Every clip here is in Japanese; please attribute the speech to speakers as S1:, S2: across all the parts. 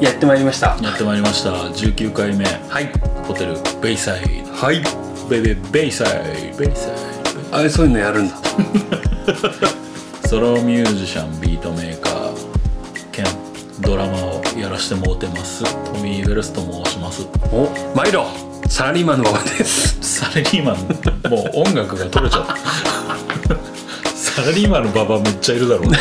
S1: やってまいりました
S2: やってまいりました19回目はいホテルベイサイド
S1: はい
S2: ベイベイベイサイドベイサイド
S1: あれそういうのやるんだ
S2: ソロミュージシャンビートメーカー兼ドラマをやらしてもうてますトミー・ウェルスと申します
S1: お毎度サラリーマンの馬場です
S2: サラリーマンもう音楽が取 れちゃったサラリーマンのババアめっちゃいるだろうね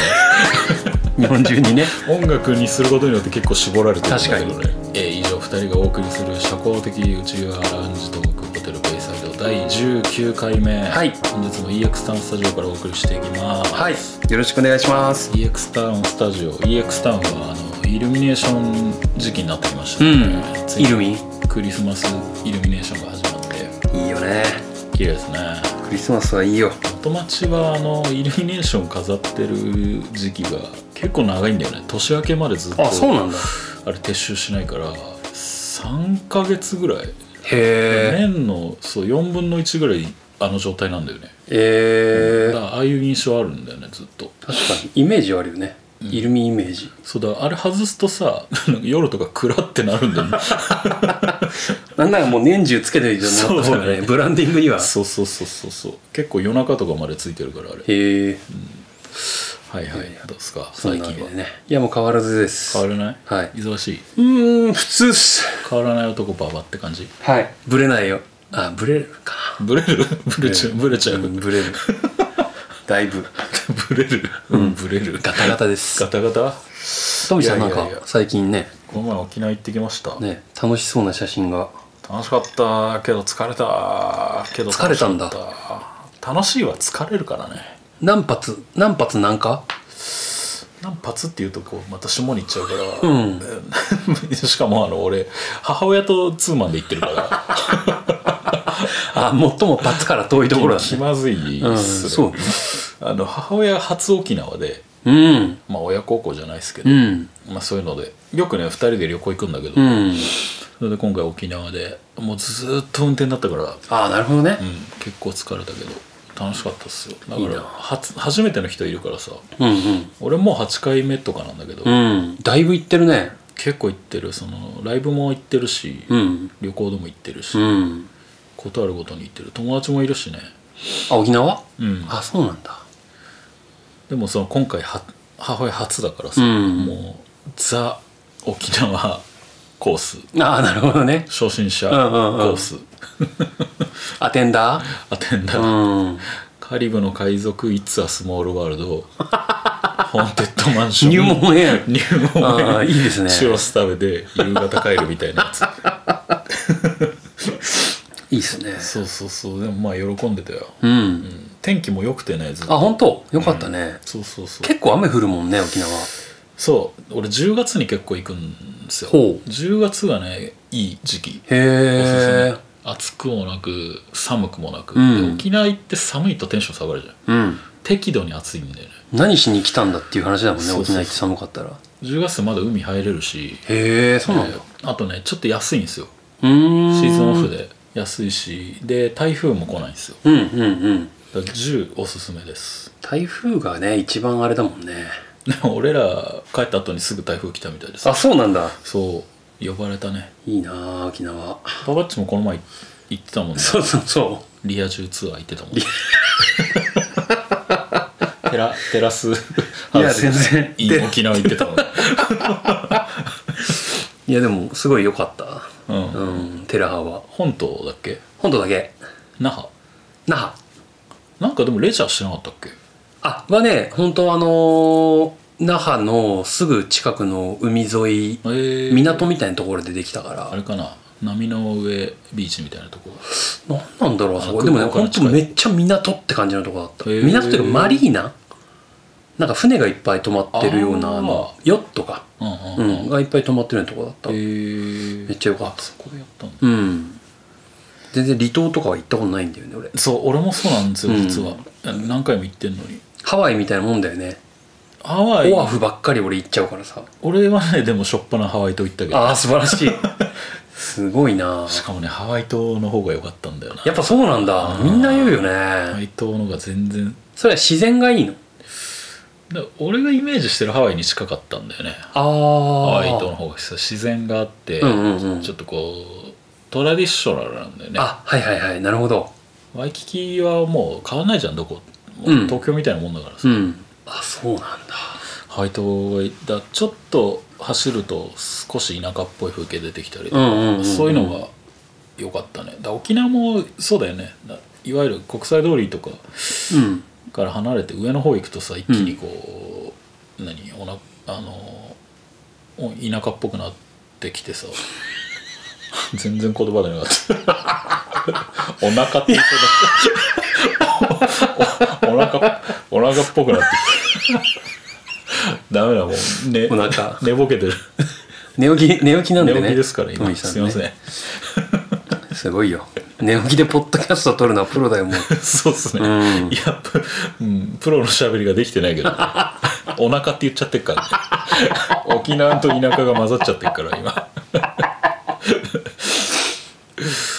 S1: 日本中にね
S2: 音楽にすることによって結構絞られてるんだけどね
S1: 確
S2: えー以上2人がお送りする社交的内側ラウンジトークホテルベイサイド第19回目、
S1: はい
S2: 本日も EX タウンスタジオからお送りしていきま す、
S1: はいよろしくお願いします
S2: EX タウンスタジオ EX タウンはあのイルミネーション時期になってきましたね、ついに
S1: イルミ
S2: クリスマスイルミネーションが始まって
S1: いいよね
S2: 綺麗ですね
S1: クリスマスはいいよ
S2: 元町はあのイルミネーション飾ってる時期が結構長いんだよね年明けまでずっと
S1: なんだ
S2: あれ撤収しないから3ヶ月ぐらい
S1: へえ
S2: 年のそう4分の1ぐらいあの状態なんだよね
S1: え
S2: だ
S1: ー
S2: からああいう印象あるんだよねずっと
S1: 確かにイメージはあるよね、イルミイメージ
S2: そうだあれ外すとさ 夜とか暗ってなるんだよ ね
S1: なんならもう年中つけてるようになったから
S2: そう
S1: ね
S2: だね
S1: ブランディングには
S2: そうそうそうそうそう結構夜中とかまでついてるからあれ
S1: へえ
S2: はいはいどうですか
S1: そん
S2: 最
S1: なわ
S2: 近
S1: け
S2: は
S1: でねいやもう変わらずです
S2: 変わらない、
S1: はい
S2: 忙しいう
S1: ーん普通っす
S2: 変わらない男ババって感じ
S1: はいブレないよあブレるか
S2: ブ レるブレちゃうブレちゃう、
S1: んブ レるだいぶ
S2: ブレる、うん、ブレる
S1: ガタガタです
S2: ガタガタ
S1: トミさんなん
S2: いやいやい
S1: か
S2: や
S1: 最近ね
S2: この前沖縄行ってきました
S1: ね楽しそうな写真が
S2: 楽しかったけど疲れたけど
S1: 疲れたんだ
S2: 楽しかった楽しいは疲れるからね
S1: 何発何発何か
S2: 何発っていうとこうまた下に行っちゃうから、
S1: うん
S2: えー しかもあの俺母親とツーマンで行って るから
S1: あ最もパツから遠いところだ
S2: 気
S1: ね
S2: まずいっす、
S1: うんそうね
S2: あの母親初沖縄で
S1: うん
S2: まあ親孝行じゃないですけど、
S1: うん
S2: まあ、そういうのでよくね2人で旅行行くんだけど、
S1: うん
S2: それで今回沖縄でもうずーっと運転だったから
S1: ああなるほどね
S2: うん、結構疲れたけど楽しかったっすよだから
S1: いいな
S2: 初初めての人いるからさ
S1: うん
S2: 俺もう8回目とかなんだけど、
S1: うんうんだいぶ行ってるね
S2: 結構行ってるそのライブも行ってるし、
S1: うん
S2: 旅行でも行ってるし、
S1: うん
S2: ことあるごとに行ってる友達もいるしね
S1: あ沖縄
S2: うん
S1: あそうなんだ
S2: でもその今回は母親初だからさ、
S1: うん
S2: もうザ沖縄コース
S1: ああなるほどね
S2: 初心者コ
S1: うんうんうん
S2: ース、
S1: アテンダー
S2: アテンダー、
S1: うん
S2: カリブの海賊イッツ・ア・スモール・ワー ルドホーンテッドマンション
S1: 入門へ
S2: 入門
S1: ああいいですね
S2: チュロス食べて夕方帰るみたいなやつ
S1: いいっすね
S2: そうそうそうでもまあ喜んでたよ、
S1: うん
S2: うん天気も良くてねずっ
S1: あ
S2: と
S1: 本当よかったね
S2: そうそうそう
S1: 結構雨降るもんね沖縄
S2: そう俺10月に結構行くんですよ
S1: ほう
S2: 10月がねいい時期おすす
S1: へ
S2: め暑くもなく寒くもなく、
S1: うん
S2: で沖縄行って寒いとテンション下がるじゃん
S1: えうん
S2: 適度に暑いんだよね
S1: 何しに来たんだっていう話だもんね
S2: そうそう
S1: 沖
S2: そう
S1: 縄行って寒かったら
S2: 10月まだ海入れるし
S1: へえそうなんだ
S2: えーあとねちょっと安いんですよ
S1: うーん
S2: シーズンオフで安いしで台風も来ないんですよ
S1: うんうんうん
S2: だから10おすすめです
S1: 台風がね一番あれだもんね
S2: でも俺ら帰った後にすぐ台風来たみたいです
S1: あそうなんだ
S2: そう呼ばれたね
S1: いいなあ沖縄
S2: ババッチもこの前行ってたもんね
S1: そうそうそ
S2: リア充ツアー行って たもんねテラテラスハウス
S1: いや全然
S2: いい沖縄行ってたもん ね、
S1: ういやでもすごい良かった
S2: うん
S1: うんテラハは
S2: 本島だっけ
S1: 本島だけ
S2: 那覇
S1: 那覇
S2: なんかでもレジャーしてなかったっけ
S1: あはね本当あのー那覇のすぐ近くの海沿い
S2: えー、
S1: 港みたいなところでできたから
S2: あれかな波の上ビーチみたいなとこ
S1: 何なんだろうあそこ
S2: あ
S1: でもね
S2: 空港から
S1: 本当
S2: 近い
S1: めっちゃ港って感じのとこだった
S2: へー
S1: 港っていうかマリーナなんか船がいっぱい泊まってるような
S2: あー
S1: あのヨットか、
S2: うん
S1: う
S2: うん
S1: ん、がいっぱぱい泊まってるようなとこだった、
S2: え
S1: めっちゃ良かった
S2: あそこでやったんだ
S1: うん全然離島とかは行ったことないんだよね俺
S2: そう俺もそうなんですよ
S1: うん
S2: 実は、何回も行ってんのに
S1: ハワイみたいなもんだよね、
S2: ハワイ
S1: オアフばっかり俺行っちゃうからさ
S2: 俺はねでもしょっぱなハワイと行ったけど
S1: ああ素晴らしいすごいな
S2: しかもねハワイ島の方が良かったんだよな
S1: やっぱそうなんだ
S2: うん
S1: みんな言うよ
S2: ハワ
S1: ね
S2: イ島のが全然
S1: それは自然がいいの
S2: だ俺がイメージしてるハワイに近かったんだよね
S1: あ
S2: ハ
S1: あ
S2: ワイ島の方がさ自然があって、
S1: うんうんうん
S2: ちょっとこうトラディショナルなんだよね
S1: あはいはいはいなるほど
S2: ワイキキはもう変わんないじゃんどこも
S1: うん
S2: 東京みたいなもんだからさ、
S1: うんあそうなんだ
S2: ハワイ島がだちょっと走ると少し田舎っぽい風景出てきたりと
S1: う
S2: か、
S1: んうん、うん、
S2: そういうのが良かったねだから沖縄もそうだよねだいわゆる国際通りとか
S1: うん
S2: から離れて上の方行くとさ一気にこう、何おなあのお田舎っぽくなってきてさ 全然言葉でなかった お腹って言いそうだった おお腹お腹っぽくなってきて ダメだもう、ね、
S1: お腹
S2: 寝ぼけてる
S1: 寝起き寝起きなん
S2: 寝
S1: でね
S2: 起きですから今、
S1: トミーさ
S2: すいません
S1: ねすごいよ寝起きでポッドキャスト撮るのはプロだよもう
S2: そうですね、
S1: うん
S2: いやプ,、うん、プロのしゃべりができてない けどお腹って言っちゃってるから、ね、沖縄と田舎が混ざっちゃってるから今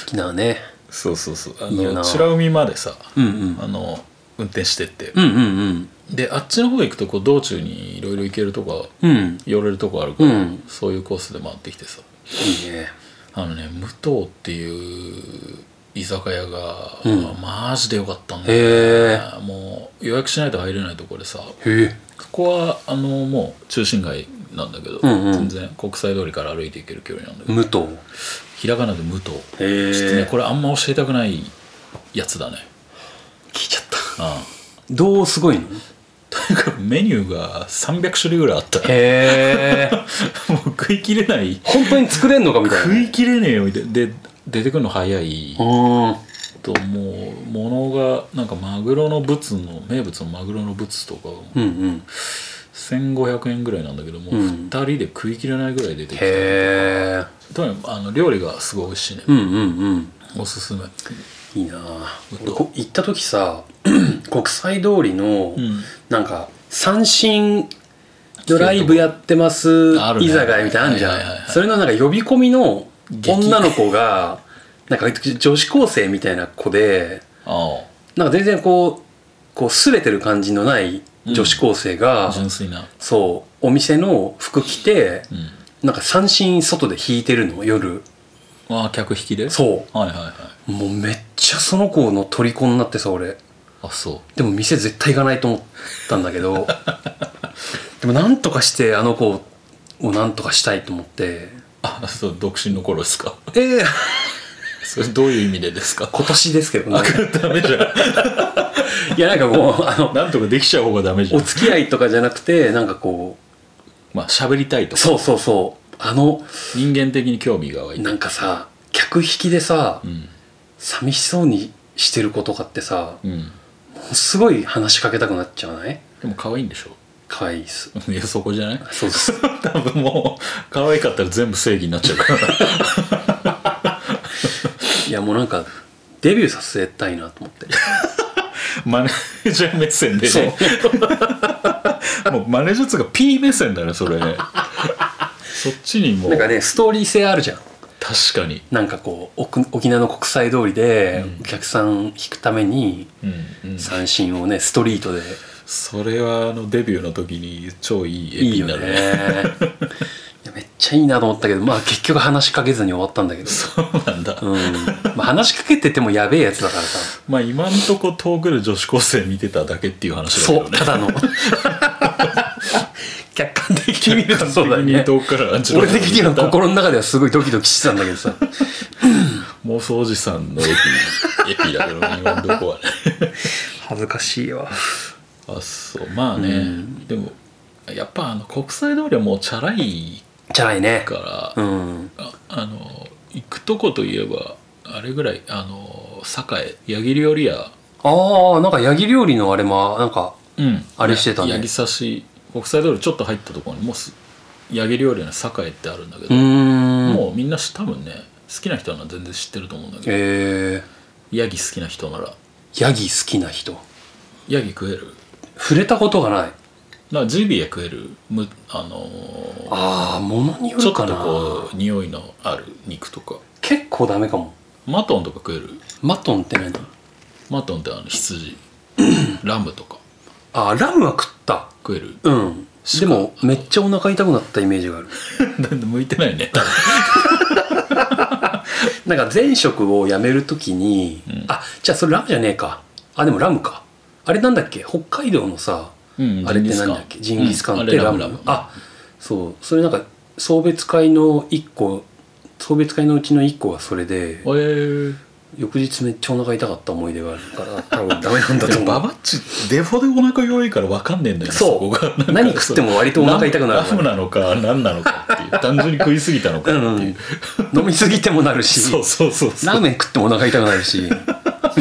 S1: 沖縄 ね
S2: そうそうそうあ
S1: いいよ
S2: の
S1: な
S2: 美ら海までさ、
S1: うんうん
S2: あの運転してって、
S1: うんうん
S2: であっちの方行くとこう道中にいろいろ行けるとか
S1: うんうん
S2: 寄れるとこあるから、
S1: うん
S2: そういうコースで回ってきてさ
S1: いいね
S2: あのね武藤っていう居酒屋が、
S1: うん
S2: マジでよかったんだ
S1: へ
S2: よねもう予約しないと入れないとこでさ
S1: へえ
S2: ここはあのもう中心街なんだけど、
S1: うんうん
S2: 全然国際通りから歩いていける距離なんだけど、
S1: 武藤
S2: ひらがなで武藤ちょっ
S1: へえ
S2: とねこれあんま教えたくないやつだね
S1: 聞いちゃった
S2: あ
S1: どうすごいの
S2: あなんかメニューが300種類ぐらいあ ったも
S1: へえ
S2: う食い切れない
S1: 本当に作れんのかみたい
S2: 食
S1: ない
S2: 切れねえよみたいなで出てくるの早い
S1: うん
S2: ともう物がなんかマグロのブツの名物のマグロのブツとか
S1: うんうん
S2: 1500円ぐらいなんだけどもう
S1: うん
S2: 2人で食い切れないぐらい出てきた、
S1: へえ
S2: とにかくあの料理がすごい美味しいね、
S1: うんうんうん
S2: おすすめ
S1: いいなあ
S2: 武藤
S1: 俺こ行った時さ 国際通りの
S2: うん
S1: なんか三振ドライブやってます
S2: あるね
S1: 居酒屋みたいなのあるじゃん、
S2: はいはいはい
S1: それのなんか呼び込みの
S2: 激
S1: 女の子がなんか女子高生みたいな子で
S2: あ
S1: なんか全然こうこう擦れてる感じのない女子高生が、
S2: あ純粋な
S1: そうお店の服着て
S2: うん
S1: なんか三振外で弾いてるの夜
S2: ああ客引きで
S1: そ
S2: はいはいはいう
S1: もうめっちゃその子の虜になってさ俺
S2: あそ
S1: でも店絶対行かないと思ったんだけ どでもなんとかしてあの子をなんとかしたいと思って
S2: うあそう独身の頃ですか
S1: ええ
S2: それどういう意味でですか
S1: 今年ですけどね
S2: ダメじゃん
S1: いやなんかもうあの
S2: なんとかできちゃう方がダメじゃ
S1: お
S2: ん
S1: 付き合いとかじゃなくてなんかこ
S2: まあ喋りたい
S1: う
S2: とか
S1: そうそうそうあの
S2: 人間的に興味が湧いて
S1: なんかさ客引きでさ
S2: うん
S1: 寂しそうにしてる子とかってさ
S2: うん
S1: すごい話しかけたくなっちゃわない
S2: でも可愛いんでしょ
S1: 可愛いっす
S2: いやそこじゃない
S1: そうです
S2: 多分もう可愛かったら全部正義になっちゃうから
S1: いやもうなんかデビューさせたいなと思って
S2: マネージャー目線でねもうマネージャーっつうか P 目線だねそれねそっちにもう
S1: なんかねストーリー性あるじゃん
S2: 確かに
S1: なんかこう奥沖縄の国際通りで
S2: うん
S1: お客さん引くために
S2: うんうん
S1: 三振をねストリートで
S2: それはあのデビューの時に超いいエ
S1: いい
S2: ピに
S1: よ
S2: な
S1: ね
S2: るね
S1: いやめっちゃいいなと思ったけどまあ結局話しかけずに終わったんだけど、
S2: そうなんだ、
S1: うんまあ、話しかけててもやべえやつだからさ
S2: まあ今んとこ遠くで女子高生見てただけっていう話だけ
S1: そ
S2: ど
S1: う
S2: ね
S1: た だの客観的に見るとそうだよ
S2: 急に
S1: ね
S2: 遠くから
S1: 俺的には心の中ではすごいドキドキしてたんだけどさ
S2: 妄想おじさんのエピエピだけどね今んとこはね
S1: 恥ずかしいわ
S2: あそうまあね、
S1: うん
S2: でもやっぱあの国際通りはもうチャラい
S1: じゃないね
S2: から、
S1: うん
S2: ああの行くとこといえばあれぐらいあの栄矢切よりや
S1: ああなんかヤギ料理のあれもなんか
S2: うん、
S1: あれしてたね
S2: 八木刺し国際通りちょっと入ったところにもうす八木料理の栄ってあるんだけ
S1: う
S2: ど、
S1: ーん
S2: もうみんなし多分ね好きな人は全然知ってると思うんだけど
S1: え
S2: ヤギ好きな人なら
S1: ー、ヤギ好きな人
S2: ヤギ食える
S1: 触れたことがない
S2: からジビエ食えるむあのー
S1: ああ物によ
S2: ちょ
S1: る
S2: っと
S1: かな
S2: こう匂いのある肉とか
S1: 結構ダメかも
S2: マトンとか食える
S1: マトンって何
S2: マトンってあの 羊ラムとか
S1: あーラムは食った
S2: 食える
S1: うんでもめっちゃお腹痛くなったイメージがある
S2: なんで向いてないね
S1: なんか前職を辞めるときに、
S2: うん
S1: あじゃあそれラムじゃねえかあでもラムかあれなんだっけ北海道のさ
S2: うん
S1: あれってなんだっけジンギスカンっ
S2: う
S1: て
S2: んあれ
S1: ラ
S2: ラム
S1: ム
S2: ラ
S1: ラ
S2: ム
S1: ムあそうそれなんか送別会の一個送別会のうちの一個がそれで
S2: えー
S1: 翌日めっちゃお腹痛かった思い出があるから多分ダメなんだと
S2: でもバ
S1: 思
S2: バッチデフォでお腹弱いから分かんねえんだよ
S1: う
S2: ね
S1: そ
S2: こが
S1: う何食っても割とお腹痛くなる
S2: ラムなのか何なのかっていう単純に食いすぎたのか
S1: う
S2: っ
S1: ん
S2: て
S1: う
S2: い
S1: ん
S2: う、
S1: 飲みすぎてもなるし
S2: そうそうそうそう
S1: ラーメン食ってもお腹痛くなる し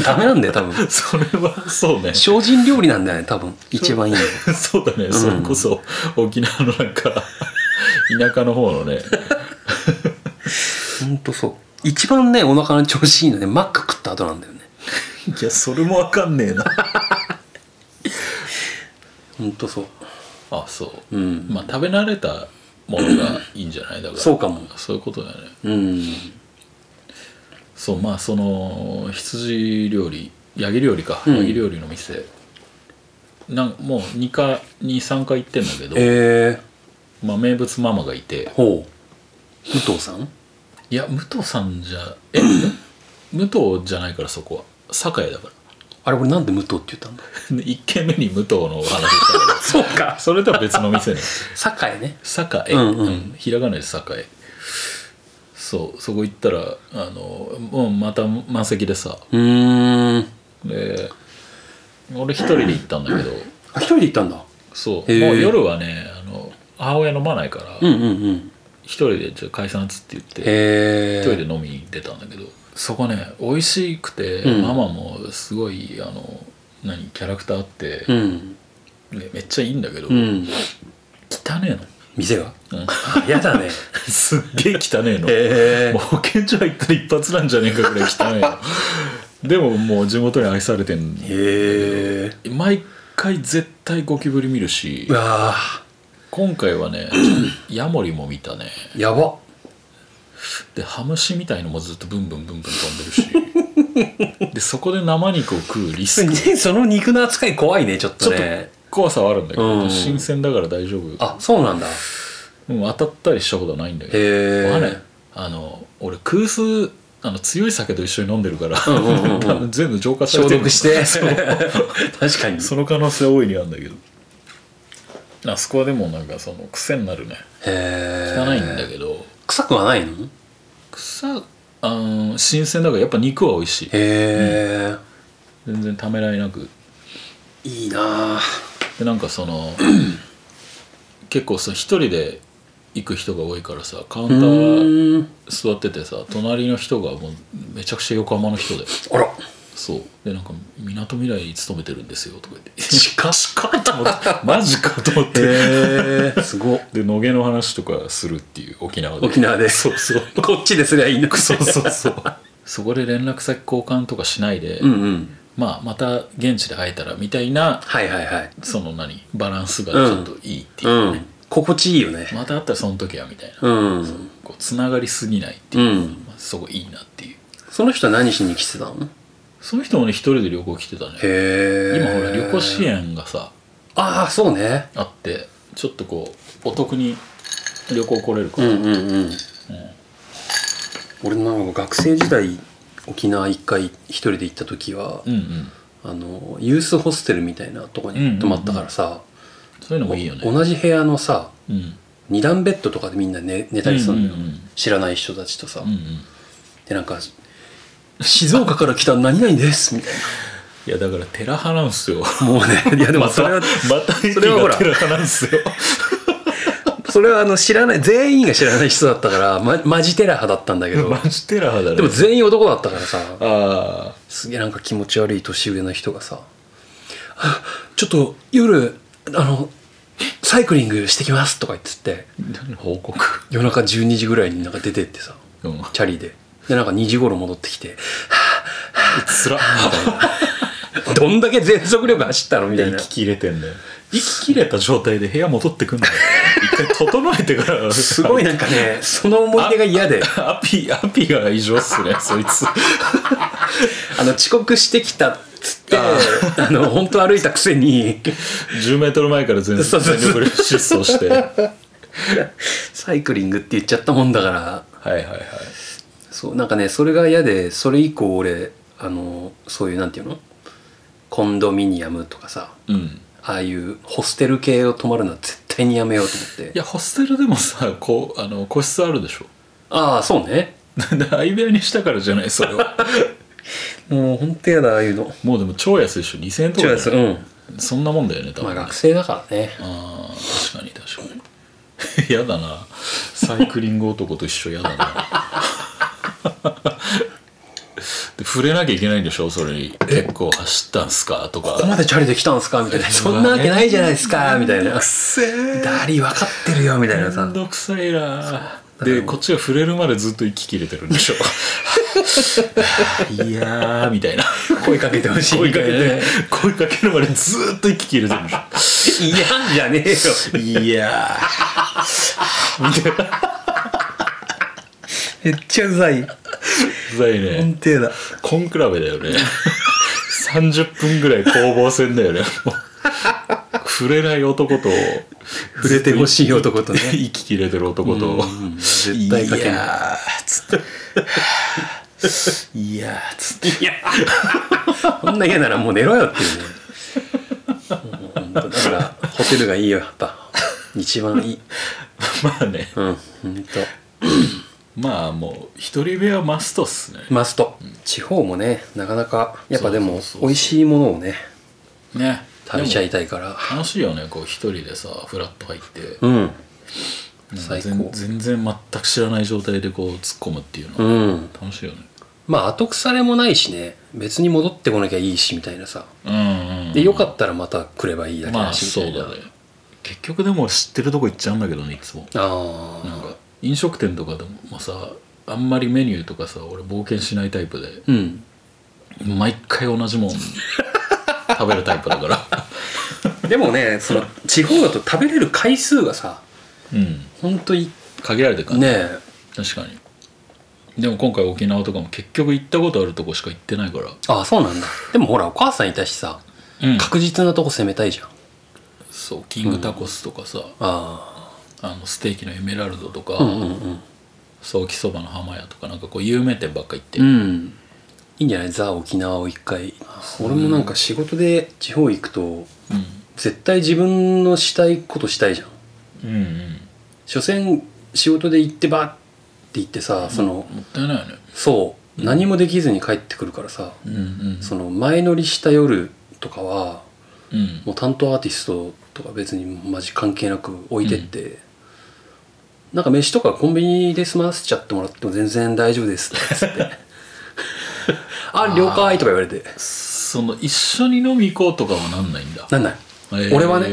S1: ダメなんだよ多分
S2: それはそうね
S1: 精進料理なんだよね多分一番いいの
S2: そうだね、それこそ沖縄のなんか田舎の方のね
S1: ほんとそう一番ねお腹の調子いいのねマック食った後なんだよね
S2: いやそれも分かんねえな
S1: ほんとそう
S2: あそう、
S1: うん
S2: まあ食べ慣れたものがいいんじゃないだから
S1: そうかも
S2: そういうことだよね
S1: うん
S2: そうまあその羊料理ヤギ料理か、
S1: うん
S2: ヤギ料理の店なんもう2か23回行ってんだけど、
S1: え
S2: まあ、名物ママがいて
S1: ー、ほう武藤さん
S2: いや武藤さんじゃえ武藤じゃないからそこは酒屋だから
S1: あれ俺なんで武藤って言ったんだ
S2: 1軒目に武藤のお話したけど
S1: そう か
S2: それとは別の店ね
S1: 酒井ね
S2: 栄、
S1: うんうん
S2: ひらがなで栄そうそこ行ったらあのもうまた満席でさ
S1: うーん
S2: で俺一人で行ったんだけど
S1: あ一人で行ったんだ
S2: そう、
S1: へー
S2: もう夜はねあの母親飲まないから
S1: うんうんうん
S2: 一人でちょっと解散っつって言って
S1: へえ
S2: 一人で飲みに出たんだけどそこね美味しくて、
S1: うん
S2: ママもすごいあの何キャラクターあって、
S1: うん
S2: ねめっちゃいいんだけど、
S1: うん
S2: 汚ね
S1: 店 が
S2: えの、うん
S1: あやだね
S2: すっげえ汚ねえの
S1: へ
S2: もう保健所入ったら一発なんじゃねえかぐらい汚 いよでももう地元に愛されてん
S1: えへえ
S2: 毎回絶対ゴキブリ見るし
S1: うわー
S2: 今回はねヤモリも見たね
S1: やば
S2: でハムシみたいのもずっとブンブンブンブン飛んで るしでそこで生肉を食うリスク
S1: その肉の扱い怖いねちょっ
S2: ち
S1: と
S2: ょっと
S1: ね
S2: 怖さはあるんだけど、
S1: うん
S2: 新鮮だから大丈夫
S1: あそうなんだへ
S2: うん当たったりしたことはないんだけど
S1: え
S2: あれあの俺空数あの強い酒と一緒に飲んでるから、
S1: んうんうんうん
S2: 多分全部浄化され
S1: 消
S2: てる
S1: 毒して
S2: そう
S1: 確かに
S2: その可能性大いにあるんだけどあそこはでもなんかその癖になるね
S1: へ
S2: 汚いんだ
S1: ど
S2: けど
S1: 臭くはないのへ
S2: 草あー新鮮だからやっぱ肉は美味しい
S1: え、
S2: 全然ためらいなく
S1: いいなあ
S2: でなんかそ の結構さ一人で行く人が多いからさカウンタ
S1: う
S2: ー
S1: ーん
S2: 座っててさ隣の人がもうめちゃくちゃ横浜の 人で
S1: あら
S2: そうでなんか「みなとみらいに勤めてるんですよ」とか言 って「しかしか」と思ってマジかと思って
S1: へえすごっ
S2: で野毛の話とかするっていう沖縄で
S1: 沖縄で
S2: そうそう
S1: こっちですりゃいいの
S2: そうそうそう そこで連絡先交換とかしないで、
S1: うんうん
S2: まあまた現地で会えたらみたいな
S1: はいはいはい
S2: その何バランスがちょっといいっていうう、
S1: ん心地いいよね
S2: また会ったらその時はみたいな、
S1: うん
S2: こうつながりすぎないって
S1: う
S2: いう、
S1: ん
S2: まあそこいいなっていう
S1: その人は何しに来てたの
S2: その人もね一人で旅行来てたね
S1: へえ
S2: 今ほら旅行支援がさ
S1: ああそうね
S2: あってちょっとこうお得に旅行来れるか
S1: うん
S2: ら、
S1: うんうん俺なんか学生時代沖縄一回一人で行った時は、
S2: うんうん
S1: あのユースホステルみたいなとこ
S2: うんうんうん
S1: に泊まったからさ、
S2: そういうのもいいよね
S1: 同じ部屋のさ
S2: うん
S1: 二段ベッドとかでみんな寝寝たりするのよ、
S2: うんうんうん
S1: 知らない人たちとさ、
S2: うんうん
S1: でなんか「静岡から来た何々です」みたい
S2: いやだからテラ派なん すよ
S1: なもうねいやでも
S2: ま
S1: そ
S2: た
S1: れ
S2: ま
S1: は
S2: た駅
S1: それはほ
S2: が
S1: ら
S2: テラ派なんすよ
S1: それはあの知らない全員が知らない人だったから、ま、マジテラ派だったんだけど
S2: マジテラ派だね
S1: でも全員男だったからさ
S2: ああ
S1: すげえなんか気持ち悪い年上の人がさ「あちょっと夜あのサイクリングしてきます」とか言ってって
S2: 何報告
S1: 夜中12時ぐらいになんか出てってさ
S2: うん
S1: チャリででなんか2時頃戻ってきて
S2: つら
S1: どんだけ全速力走ったのみたいな
S2: 息切れてんだよ息切れた状態で部屋戻ってくん だよ一回整えてから
S1: すごいなんかねその思い出が嫌で
S2: アピアピが異常っ すねそいつ
S1: あの遅刻してきたっつって
S2: あ
S1: あの本当歩いたくせに
S2: 10メートル前から全
S1: そうそう
S2: 全
S1: そう
S2: 力で疾走してはい
S1: サイクリングって言っちゃったもんだから
S2: はいはい
S1: そうなんかねそれが嫌でそれ以降俺あのそういうなんていうのコンドミニアムとかさ
S2: うん
S1: ああいうホステル系を泊まるのは絶対にやめようと思っ
S2: い
S1: て
S2: やホステルでもさこうあの個室あるでしょ
S1: ああそうね
S2: で相部屋にしたからじゃないそ れは
S1: もう本当やだああいうの
S2: もうでも超安いでしょ2000円と
S1: 違う
S2: か
S1: や
S2: じ
S1: つ
S2: ゃ
S1: う
S2: ない
S1: ん
S2: そんなもんだよね多
S1: まあ
S2: 分、
S1: 学生だからね
S2: あー確かに確かに やだなサイクリング男と一緒やだな で触れなきゃいけないんでしょそれに結構走ったんすかと
S1: ここ
S2: か
S1: までチャリで来たんすかみたいなそんなわけないじゃないですかみたいな
S2: せえ
S1: ダリ分かってるよみたいな
S2: め
S1: さ
S2: んどくさいなでこっちが触れるまでずっと息切れてるんでしょ いやーみたいな
S1: 声かけてほしい
S2: 声
S1: み
S2: か
S1: たい
S2: け
S1: な
S2: て声かけるまでずっと息切れてるんでしょ
S1: いやじゃねえよ
S2: いや
S1: めっちゃうざい
S2: ーうざいね
S1: 本当やだ
S2: コンクラベだよね30分ぐらい攻防戦だよねもう触れない男と
S1: 触れてほしい男とね
S2: 息切れてる男と
S1: 絶対かけない
S2: やーつっていやーつって
S1: いや、こんな嫌ならもう寝ろよっていうね。うんだから、ホテルがいいよ、やっぱ。一番いい。
S2: まあね
S1: うん、ほんと。
S2: まあもう一人部屋マストっすね
S1: マスト。地方もね、なかなか、やっぱでも
S2: そうそうそう、そ
S1: 美
S2: う
S1: 味しいものをね、
S2: ね
S1: 食べちゃ
S2: で
S1: いたいから。
S2: も楽しいよねこう一人でさフラッと入って
S1: うん。
S2: なんか
S1: 最
S2: 全
S1: 高
S2: 全然全く知らない状態でこう突っ込むっていう
S1: う
S2: のは
S1: ん。
S2: 楽しいよね
S1: まあ、後腐れもないしね、別に戻ってこなきゃいいし、みたいなさ。
S2: うん、うん、
S1: で、よかったらまた来ればいいだけ
S2: ま
S1: だ
S2: あ
S1: し、
S2: そ
S1: み
S2: う
S1: たいな。
S2: だね結局でも知ってるとこ行っちゃうんだけどねいつも
S1: あ
S2: なん
S1: あ。
S2: か飲食店とかでも、まあ、さあんまりメニューとかさ俺冒険しないタイプで
S1: うん。
S2: 毎回同じもん食べるタイプだ から
S1: でもね、その、地方だと食べれる回数がさ、
S2: うん
S1: ほんとい
S2: 限られてるからね
S1: ねえ
S2: 確かにでも今回沖縄とかも結局行ったことあるとこしか行ってないから、
S1: ああそうなんだでもほらお母さんいたしさ
S2: うん
S1: 確実なとこ攻めたいじゃん、
S2: そうキングタコスとかさ、
S1: あ
S2: あのステーキのエメラルドとか、
S1: あうんうんうん
S2: ソーキそばの浜屋とかなんかこう有名店ばっか行って、
S1: うんいいんじゃないザ・沖縄を一回俺もなんか仕事で地方行くと
S2: う
S1: 絶対自分のしたいことしたいじゃん
S2: ん、うんうん
S1: 所詮仕事で行ってばって言ってさその、
S2: もったいないよね
S1: そう何もできずに帰ってくるからさ、
S2: うんうん
S1: その前乗りした夜とかは
S2: うん
S1: もう担当アーティストとか別にマジ関係なく置いてって、なんか飯とかコンビニで済ませちゃってもらっても全然大丈夫ですってつって あ了解とか言われて
S2: その一緒に飲み行こうとかはなんないんだ、
S1: なんない
S2: へー
S1: 俺はね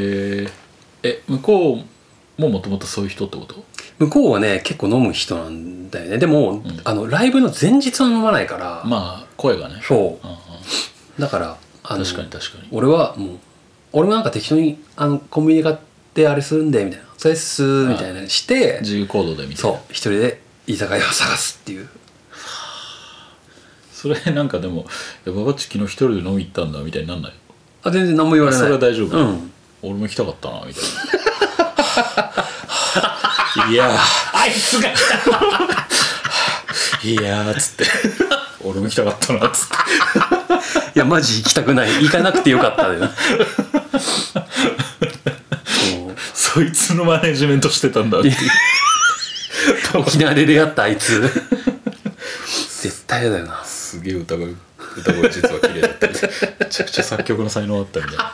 S2: え向こうももともとそういう人ってこと
S1: 向こうはね結構飲む人なんだよねでも、
S2: ん
S1: あのライブの前日は飲まないから、
S2: まあ声がね
S1: そ
S2: うんうん
S1: うだからあの
S2: 確かに確かに
S1: 俺はもう俺もなんか適当にあのコンビニで買ってあれするんでみたいな「それっす」みたいなのして
S2: 自由行動でみたい
S1: そう
S2: な
S1: 一人で居酒屋を探すっていう
S2: それなんかでも「いやババッチ昨日一人で飲み行ったんだ」みたいになんない
S1: あ全然何も言われない
S2: それは大丈夫
S1: うん
S2: 俺も行きたかったなみたいないや
S1: あいつが
S2: ーいやーっつって俺も行きたかったなっつって
S1: いやマジ行きたくない行かなくてよかった よそう
S2: そいつのマネジメントしてたんだっていう
S1: 沖縄で出会ったあい つ絶対嫌だよな
S2: すげえ歌が歌声実は綺麗だったりめちゃくちゃ作曲の才能あったみたいな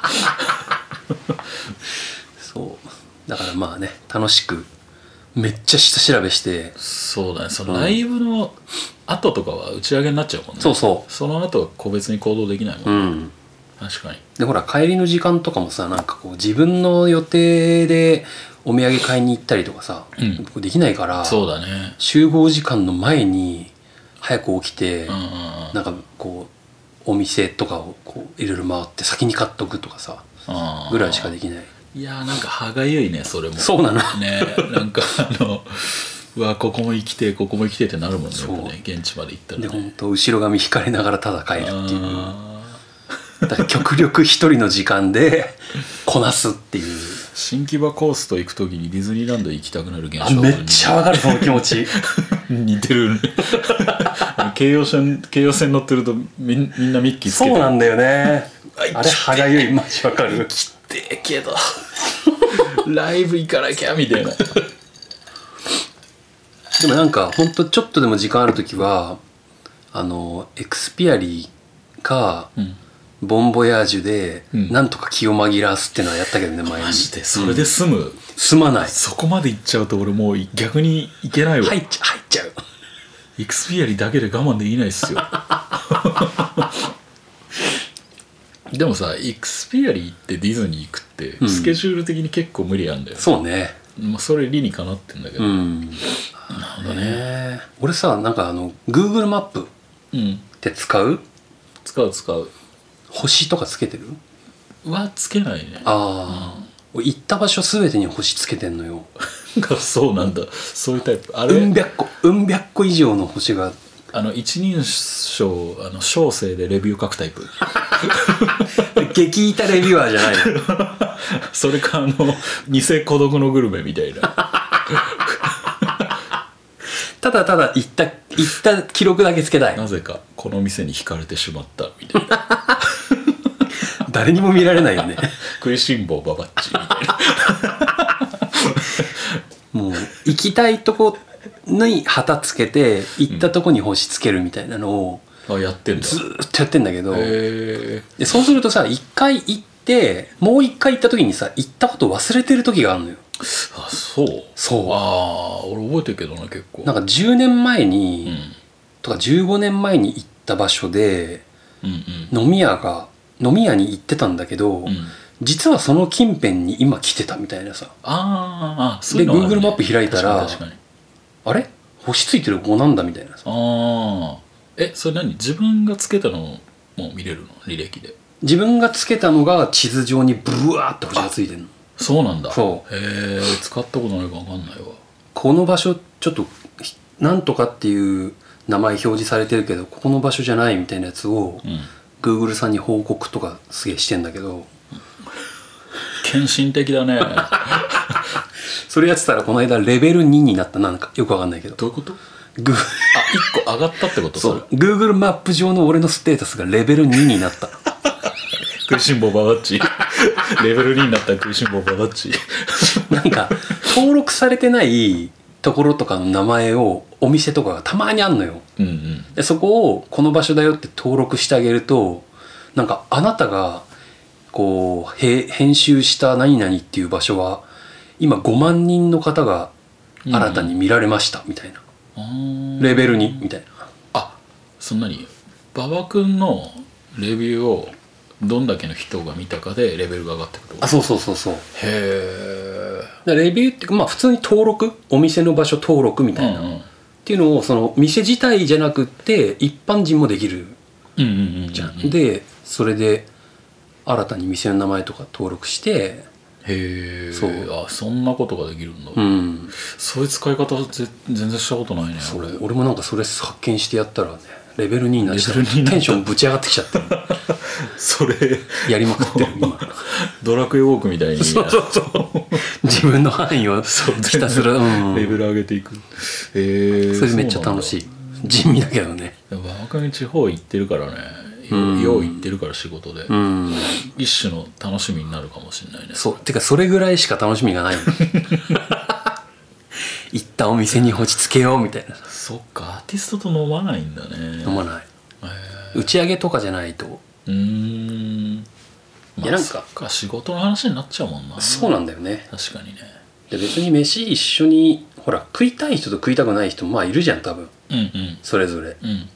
S1: そうだからまあね楽しくめっちゃ下調べして
S2: そうだねそのライブの後とかは打ち上げになっちゃうもんね
S1: そうそ
S2: その後は個別に行動できないも
S1: う
S2: ん、
S1: うん
S2: 確かに
S1: でほら帰りの時間とかもさなんかこう自分の予定でお土産買いに行ったりとかさ、
S2: うん
S1: 僕できないから
S2: そうだね
S1: 集合時間の前に早く起きて、
S2: うんうんうん
S1: なんかこうお店とかをこういろいろ回って先に買っとくとかさ
S2: あー
S1: ぐらいしかできない
S2: いやーなんか歯がゆいねそれも
S1: そう なの
S2: ねなんかあの うわここも生きてえここも生きてえってなるもんね
S1: そう
S2: やっぱね現地まで行ったら
S1: で
S2: ね
S1: 本当後ろ髪引かれながらただ帰るっていう
S2: あー
S1: だから極力一人の時間でこなすっていう
S2: 新木場コースト行く時にディズニーランド行きたくなる現
S1: あ
S2: 象
S1: めっちゃわかるその気持ち
S2: 似 てるね京葉線京葉線乗ってるとみんみんなミッキーつ
S1: そ
S2: けて
S1: う
S2: る
S1: なんだよねあれ歯がゆいマジわかる
S2: きてえけど ライブ行かなきゃみたいな
S1: でもなんかほんとちょっとでも時間ある時はあのエクスピアリーか
S2: うん
S1: ボンボヤージュで、
S2: うん
S1: なんとか気を紛らわすっていうのはやったけどね前に
S2: マジでそれで済む、
S1: すまない
S2: そこまで行っちゃうと俺もう逆に行けないわ、
S1: 入っちゃ入っちゃう
S2: エクスピアリだけで我慢できないっすよ でもさエクスピアリ行ってディズニー行くって、
S1: うん
S2: スケジュール的に結構無理なんだよ、
S1: そうね
S2: まあ、それ理にかなってんだけど、
S1: うん
S2: なるほ
S1: ね
S2: どね、
S1: 俺さなんかあの Google マップっ
S2: うん
S1: て使う
S2: 使う使う
S1: 星とかつけてる
S2: はつけないね
S1: ああ、俺行った場所全てに星つけてんのよ
S2: なんかそうなんだそういうタイプあれ、
S1: うん百個うん百個以上の星が
S2: あの一人称あの小生でレビュー書くタイプ
S1: 激イタレビュアーじゃない の
S2: それかあの偽孤独のグルメみた いな
S1: ただただ行った行った記録だけつけたい
S2: なぜかこの店に惹かれてしまったみたいな
S1: 誰にも見られないよね
S2: 食いしん坊ババッチみたいな
S1: もう行きたいとこに旗つけて行ったとこに星つけるみたいなのを
S2: あやってんだ
S1: ずーっとやってんだけど、
S2: へえ
S1: でそうするとさ一回行ってもう一回行った時にさ行ったこと忘れてる時があるのよ
S2: あそう
S1: そう
S2: ああ俺覚えてるけどな結構
S1: なんか10年前に、
S2: うん、うん
S1: とか15年前に行った場所で
S2: うん
S1: 飲み屋が飲み屋に行ってたんだけど、
S2: うん
S1: 実はその近辺に今来てたみたいなさ
S2: あーあそういうのあるね
S1: Google マップ開いたら
S2: 確かに確かに
S1: あれ星ついてるここなんだみたいなさ
S2: ああえそれ何自分がつけたのも見れるの履歴で
S1: 自分がつけたのが地図上にブワーって星がついてるの
S2: そうなんだ
S1: そ
S2: へえ使ったことないか分かんないわ
S1: この場所ちょっとひなんとかっていう名前表示されてるけどここの場所じゃないみたいなやつを
S2: うん
S1: Google さんに報告とかすげえしてんだけど
S2: 献身的だ ね
S1: それやってたらこの間レベル2になったなんかよくわかんないけど
S2: どういうことあ
S1: Google
S2: 一個上がったってこと
S1: そ
S2: れ
S1: う Google マップ上の俺のステータスがレベル2になった
S2: 食いしん坊ババ ッチレベル2になった食いしん坊ババッチ
S1: なんか登録されてないところとかの名前をお店とかがたまにあんのよ
S2: うんうん
S1: でそこをこの場所だよって登録してあげるとなんかあなたがこうへ編集した何々っていう場所は今5万人の方が新たに見られましたみたいな、
S2: あー
S1: レベル2みたいな
S2: あそんなに馬場君のレビューをどんだけの人が見たかでレベルが上がってくる
S1: あそうそうそうそう
S2: へ
S1: だからレビューっていうかまあ普通に登録お店の場所登録み
S2: えう
S1: たい
S2: ん
S1: な、
S2: うん
S1: っていうのをその店自体じゃなくって一般人もできる
S2: うんうんうん
S1: じゃん、
S2: へ
S1: でそれで新たに店の名前とか登録して
S2: え
S1: そう
S2: あそんなことができるんだ、
S1: うん
S2: そういう使い方ぜ全然したことないね
S1: そ
S2: 俺
S1: れ俺もなんかそれ発見してやったらねレベル2になっちゃった
S2: レベル2になった
S1: テンションぶち上がってきちゃった
S2: それ
S1: やりまくってる今
S2: ドラクエウォークみたい に
S1: そうそうそう自分の範囲をひたすら、うん、
S2: レベル上げていくへえ
S1: それめっちゃ楽しい地味だけどね
S2: 馬場君地方行ってるからね
S1: うん
S2: よう行ってるから仕事で、
S1: うん
S2: 一種の楽しみになるかもしれないね
S1: そうてかそれぐらいしか楽しみが ない行ったお店に落ち着けようみたいな
S2: そっかアーティストと飲まないんだね
S1: 飲まない
S2: へ
S1: 打ち上げとかじゃないと
S2: えうーんまあ
S1: いやなんか
S2: そっか仕事の話になっちゃうもんな
S1: そうなんだよね
S2: 確かにね
S1: で別に飯一緒にほら食いたい人と食いたくない人もまあいるじゃん多分
S2: うんうん
S1: それぞれ
S2: うん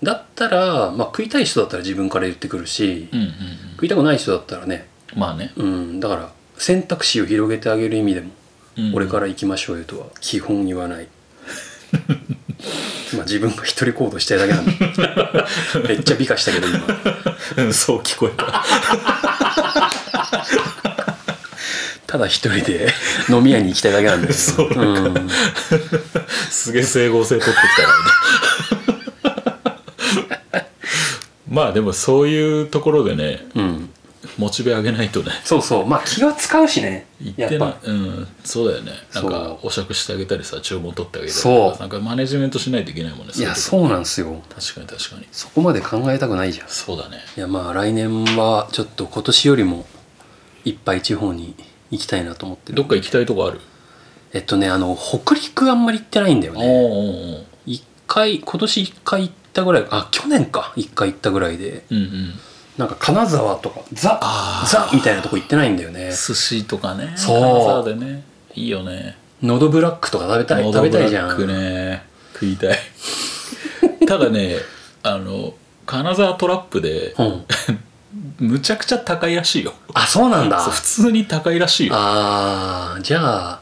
S1: だったら、まあ、食いたい人だったら自分から言ってくるし、
S2: うんうん
S1: 食いたくない人だったらね
S2: うんまあね、
S1: うんだから選択肢を広げてあげる意味でも、
S2: う ん
S1: 俺から行きましょうよとは基本言わない今自分が一人行動したいだけなん でめっちゃ美化したけど今
S2: うんそう聞こえた
S1: ただ一人 で飲み屋に行きたいだけなんで
S2: そう
S1: うん、
S2: すげえ整合性取ってきたな今 まあでもそういうところでね
S1: うん、
S2: モチベ上げないとね
S1: そうそうまあ気は使うしね
S2: 言っ
S1: やって
S2: な
S1: ぱ
S2: いうんそうだよねなんか
S1: そ
S2: お酌してあげたりさ注文取ってあげたり
S1: そう
S2: なんかマネジメントしないといけないもんね
S1: いや
S2: そうい
S1: そうなんですよ
S2: う時確かに確かに
S1: そこまで考えたくないじゃんい
S2: そうだね
S1: やまあ来年はちょっと今年よりもいっぱい地方に行きたいなと思ってる
S2: どっか行きたいとこある、
S1: えっとねあの北陸あんまり行ってないんだよ
S2: お
S1: ね
S2: おうおうおう
S1: 一回今年一回行ったぐらいあ去年か一回行ったぐらいで
S2: うんうん
S1: なんか金沢とかザ
S2: あー
S1: ザみたいなとこ行ってないんだよね
S2: 寿司とかね
S1: そう
S2: 金沢でねいいよね
S1: のどブラックとか食べたい
S2: ノ
S1: 食
S2: ド
S1: べ
S2: ブ
S1: た
S2: ラ
S1: いじゃ
S2: ック
S1: ん
S2: ね食 いたいただねあの金沢トラップで
S1: うん
S2: むちゃくちゃ高いらしいよ
S1: あそうなんだ
S2: そう普通に高いらしいよなんか
S1: あーじゃあ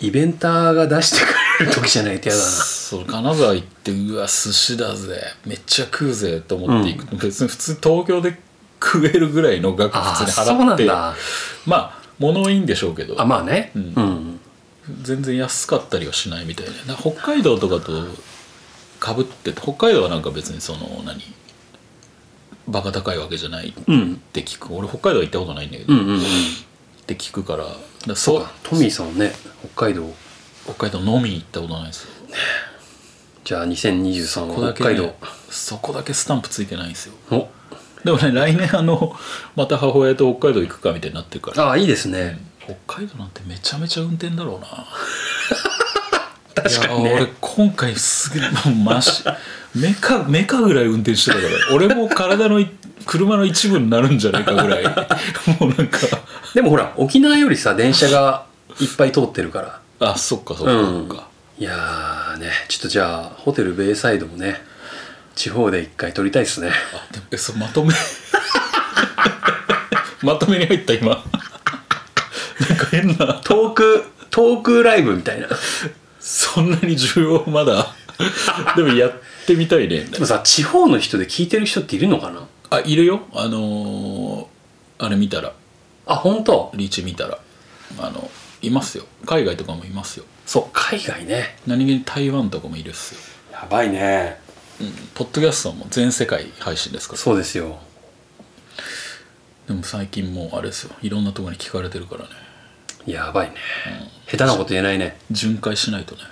S1: イベンターが出してくれる時じゃないとやだな
S2: そう金沢行ってうわ寿司だぜめっちゃ食うぜと思って行くと、別に普通に東京で食えるぐらいの額
S1: あ
S2: 普
S1: あ
S2: 通に
S1: そう
S2: 払
S1: な
S2: っ
S1: ん
S2: て
S1: だ
S2: まあ物はいいんでしょうけど
S1: あまあね
S2: う
S1: うんん、
S2: 全然安かったりはしないみたいななんか北海道とかとかぶってて北海道はなんか別にその何バカ高いわけじゃないっ
S1: うん、
S2: て聞く俺北海道は行ったことないんだけど、
S1: うん
S2: っ
S1: うんうん
S2: て聞くからだからそう
S1: トミーさんはね北海道
S2: 北海道飲みに行ったことないですよ
S1: じゃあ2023
S2: ここだ
S1: は
S2: け
S1: 北
S2: ね、
S1: 海道
S2: そこだけスタンプついてないんですよ
S1: お
S2: でもね来年あのまた母親と北海道行くかみたいになってるから
S1: ああいいですね
S2: 北海道なんてめちゃめちゃ運転だろうな
S1: 確かに
S2: いや俺
S1: ね
S2: 今回すげえもうマシメカメカぐらい運転してたから俺も体のい車の一部になるんじゃないかぐらい もうなんか
S1: でもほら沖縄よりさ電車 がいっぱい通ってるから
S2: あそっかそっかそっか、
S1: いやーねちょっとじゃあホテルベイサイドもね地方で一回撮りたい ですね
S2: あでもえそうまとめ まとめに入った今 なんか変な
S1: トークトークライブみたいな
S2: そんなに需要まだでもやってみたいね
S1: でもさ地方の人で聞いてる人っているのかな
S2: あいるよあのーあれ見たら
S1: あ本当
S2: リーチ見たらあのいますよ海外とかもいますよ
S1: そう海外ね
S2: 何気に台湾とかもいるっすよ、
S1: やばいね
S2: うん、ポッドキャストはもう全世界配信ですから
S1: そうですよ
S2: でも最近もうあれですよいろんなところに聞かれてるからね
S1: やばいね下手なこと言えないね
S2: 巡回しないとね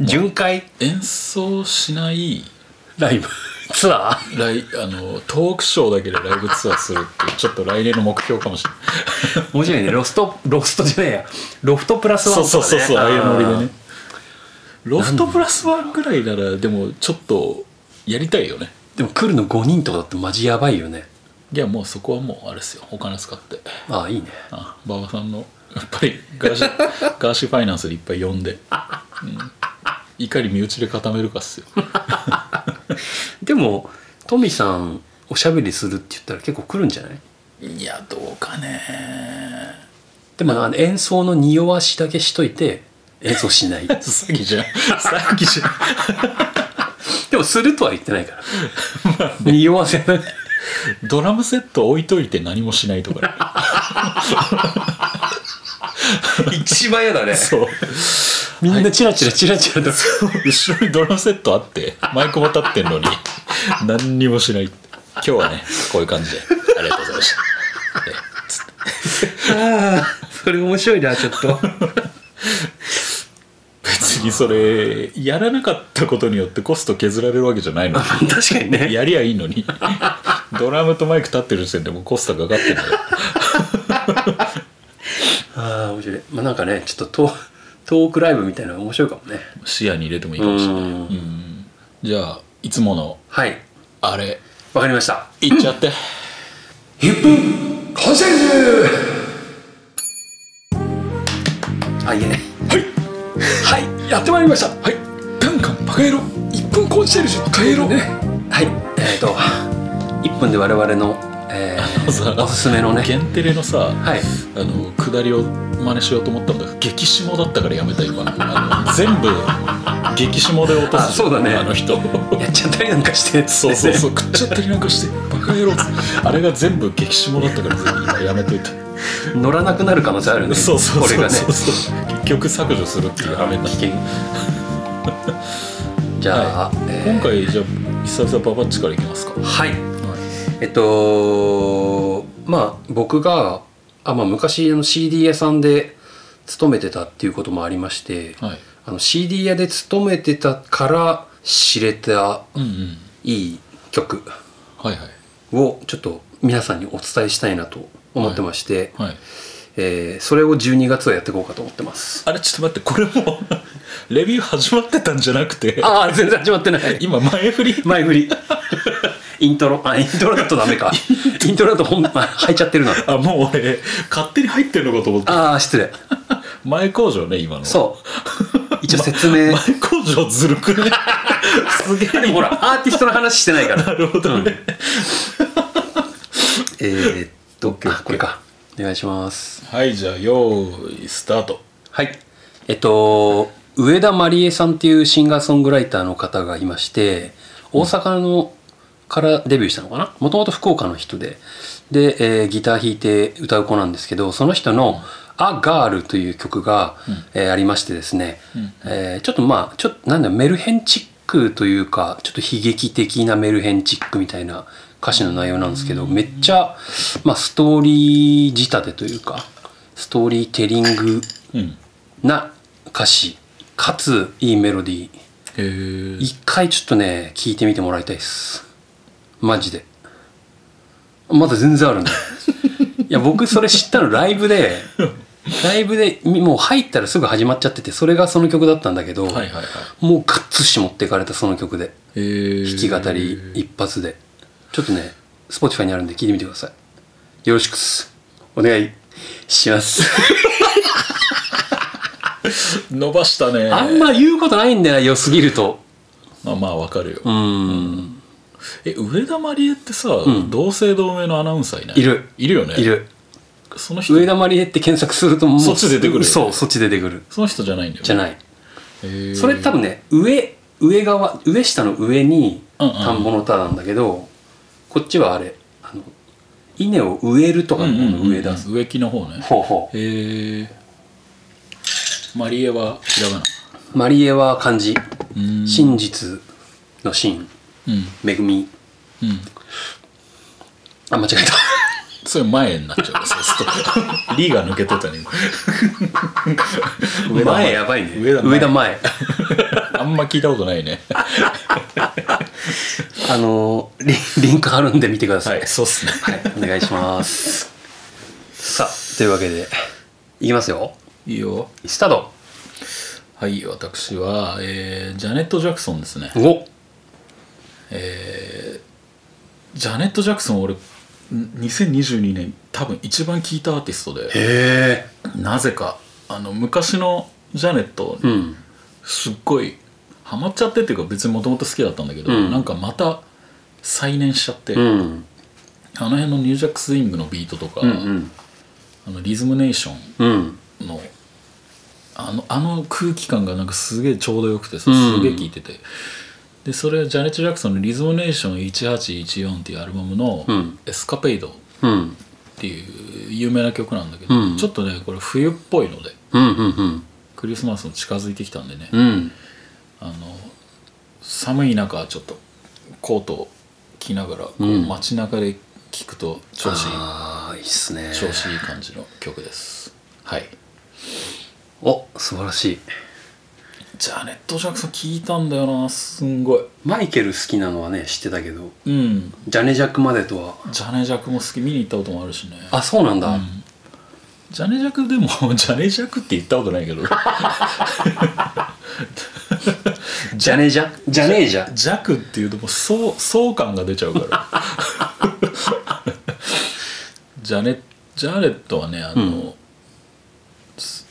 S1: 巡回
S2: 演奏しない
S1: ライブツアー
S2: ライあのトークショーだけでライブツアーするっていうちょっと来年の目標かもしれない
S1: 面白いねロストロストじゃねえやロフトプラスワン
S2: そう
S1: とか、
S2: そ
S1: ね、
S2: うそうそうああいうノリでね
S1: あ
S2: ロフトプラスワンぐらいならでもちょっとやりたいよね
S1: ーでも来るの5人とかだってマジやばいよね
S2: いやもうそこはもうあれですよお金使って
S1: ああいいね
S2: あ馬場さんのやっぱりガー シーガーシーファイナンスでいっぱい呼んで、うん、いかに身内で固めるかっすよ
S1: でもトミさんおしゃべりするって言ったら結構来るんじゃない
S2: いやどうかね
S1: でもあの演奏の匂わしだけしといて演奏し ないで
S2: 詐欺じゃん詐欺じゃん
S1: もするとは言ってないから匂わせない
S2: ドラムセット置いといて何もしないとか
S1: 一番嫌だね
S2: ねそう
S1: みんなチラチラチラチラと、
S2: 後ろにドラムセットあってマイクも立ってんのに何にもしない今日はねこういう感じでありがとうございましたえつって
S1: ああそれ面白いなちょっ と
S2: 別にそれやらなかったことによってコスト削られるわけじゃないの
S1: 確かにね
S2: やりゃいいのに ドラムとマイク立ってる時点でもうコストかかってるんだよ
S1: ああ面白いまあなんかねちょっとトートークライブみたいなの面白いかもね
S2: 視野に入れてもいいかもしれない
S1: うん
S2: うんじゃあいつもの
S1: はい
S2: あれ
S1: わかりました
S2: いっちゃって
S1: 1分コンシェルジュあいえはいはいやってまいりました
S2: はい単価バカ野郎1分コンシェルジュバカ野郎
S1: ねはいえっ、と1分で我々の、えー
S2: さ
S1: おすすめのね
S2: 限テレのさ、
S1: はい
S2: あの下りを真似しようと思ったんだけど激下だったからやめた今あの全部激下で落とす
S1: あそうだね
S2: あの人
S1: やっちゃったりなんかしてっつっ
S2: そ
S1: て
S2: うそうそう食っちゃったりなんかしてバカ野郎っつってあれが全部激下だったから全部今やめといた
S1: 乗らなくなる可能性あるね
S2: そうそう
S1: これ
S2: そ
S1: が
S2: う
S1: ね
S2: そうそう、結局削除するっていうはめにな
S1: 危
S2: った
S1: 険じゃあ、えー
S2: 今回じゃあ久々ババッチからいきますかは
S1: はいえっとまあ僕があ、まあ、昔あの CD 屋さんで勤めてたっていうこともありまして
S2: い、はい、
S1: あの CD 屋で勤めてたから知れた
S2: うんうん
S1: いい曲
S2: はいはい
S1: をちょっと皆さんにお伝えしたいなと思ってまして、
S2: はい
S1: えーそれを12月はやっていこうかと思ってます
S2: あれちょっと待ってこれもレビュー始まってたんじゃなくて
S1: ああ 全然始まってない
S2: 今前振り
S1: 前振 りイントロあイントロだとダメかイントロだとほんま入っちゃってるな
S2: あもう俺勝手に入ってるのかと思った
S1: ああ失礼
S2: 前工場ね今の
S1: そう一応説明、
S2: 前工場ずる くねすげえ
S1: ほらアーティストの話してないから
S2: なるほどね、
S1: えー、っとあこれかお願いします
S2: はいじゃあ用意スタート
S1: はいえっと上田まりえさんっていうシンガーソングライターの方がいまして大阪のからデビューしたのかなもともと福岡の人でで、えーギター弾いて歌う子なんですけどその人の「アガールという曲が、えーありましてですね、
S2: うん
S1: えーちょっとまあちょっとなんだろうメルヘンチックというかちょっと悲劇的なメルヘンチックみたいな歌詞の内容なんですけどめっちゃ、まあ、ストーリー仕立てというかストーリーテリング
S2: うん
S1: な歌詞かついいメロディー
S2: へえ
S1: 一回ちょっとね聞いてみてもらいたいですマジでまだ全然あ るんだいや僕それ知ったのライブでライブでみもう入ったらすぐ始まっちゃっててそれがその曲だったんだけど、
S2: はいはいはい
S1: もうガッツし持っていかれたその曲で
S2: え
S1: 弾き語り一発でちょっとね Spotify にあるんで聞いてみてくださいよろしくっすお願いします
S2: 伸ばしたね
S1: あんま言うことないんだよな良すぎると
S2: まあまあわかるよ、
S1: うん
S2: え上田まりえってさ、
S1: ん
S2: 同姓同名のアナウンサーいない
S1: いる
S2: いるよね
S1: いる
S2: その人
S1: 上田まりえって検索するともう
S2: そっち出てくるよね
S1: そうそっち出てくる
S2: その人じゃないんだよね
S1: じゃない
S2: へー
S1: それ多分ね上上側上下の上に
S2: うんうん
S1: 田んぼの田なんだけど、こっちはあれあの稲を植えるとか
S2: う
S1: の
S2: んうんうんうん
S1: 上だ、
S2: 植木の方ね
S1: ほうほう
S2: へえマリエはひらがな
S1: まりえは漢字
S2: うーん
S1: 真実の真
S2: うん
S1: 恵み
S2: うん
S1: あ間違え
S2: それ前になっちゃうそうす るとリーが抜けてたね今
S1: た前やばいね
S2: 上
S1: 上
S2: 田
S1: 田
S2: 前
S1: 前
S2: あんま聞いたことないね
S1: あのリリンク貼るんで見てくださ、
S2: はいいそうっすね
S1: はい、お願いしますさあというわけでいきますよ
S2: いいよ
S1: スタート
S2: はい私は、えージャネット・ジャクソンですね
S1: お
S2: ジャネット・ジャクソン俺ん2022年多分一番聴いたアーティストで
S1: へえ
S2: なぜかあの昔のジャネット
S1: うん
S2: すっごいハマっちゃってっていうか別にもともと好きだったんだけど、
S1: うん
S2: なんかまた再燃しちゃって、
S1: うん
S2: あの辺のニュージャックスイングのビートとか、
S1: うんうん
S2: あのリズムネーショ
S1: うん
S2: ンのあのあの空気感がなんかすげえちょうどよくてさ
S1: うん
S2: すげえ聴いてて、でそれジャネット・ジャクソンの「リズムネーション1814」っていうアルバムの
S1: うん
S2: 「エスカペイド」
S1: うん
S2: っていう有名な曲なんだけど、
S1: うん
S2: ちょっとねこれ冬っぽいので
S1: うんうん
S2: クリスマスも近づいてきたんでね、
S1: うん
S2: あの寒い中ちょっとコートを着ながら、こう
S1: うん
S2: 街中で聴くと調子いい
S1: ああいいっすね
S2: 調子いい感じの曲ですはい
S1: お素晴らしい
S2: ジャネット・ジャクソン聴いたんだよなすんごい
S1: マイケル好きなのはね知ってたけど
S2: うん
S1: ジャネジャクまでとは
S2: ジャネジャクも好き見に行ったこともあるしね
S1: あそうなんだ、
S2: うんジャネジャクでも ジャネジャクって言ったことないけど
S1: ジャネジャジャネージャ
S2: ジャクっていうともうそうそう感が出ちゃうからジャネジャレットはねあの、
S1: うん
S2: す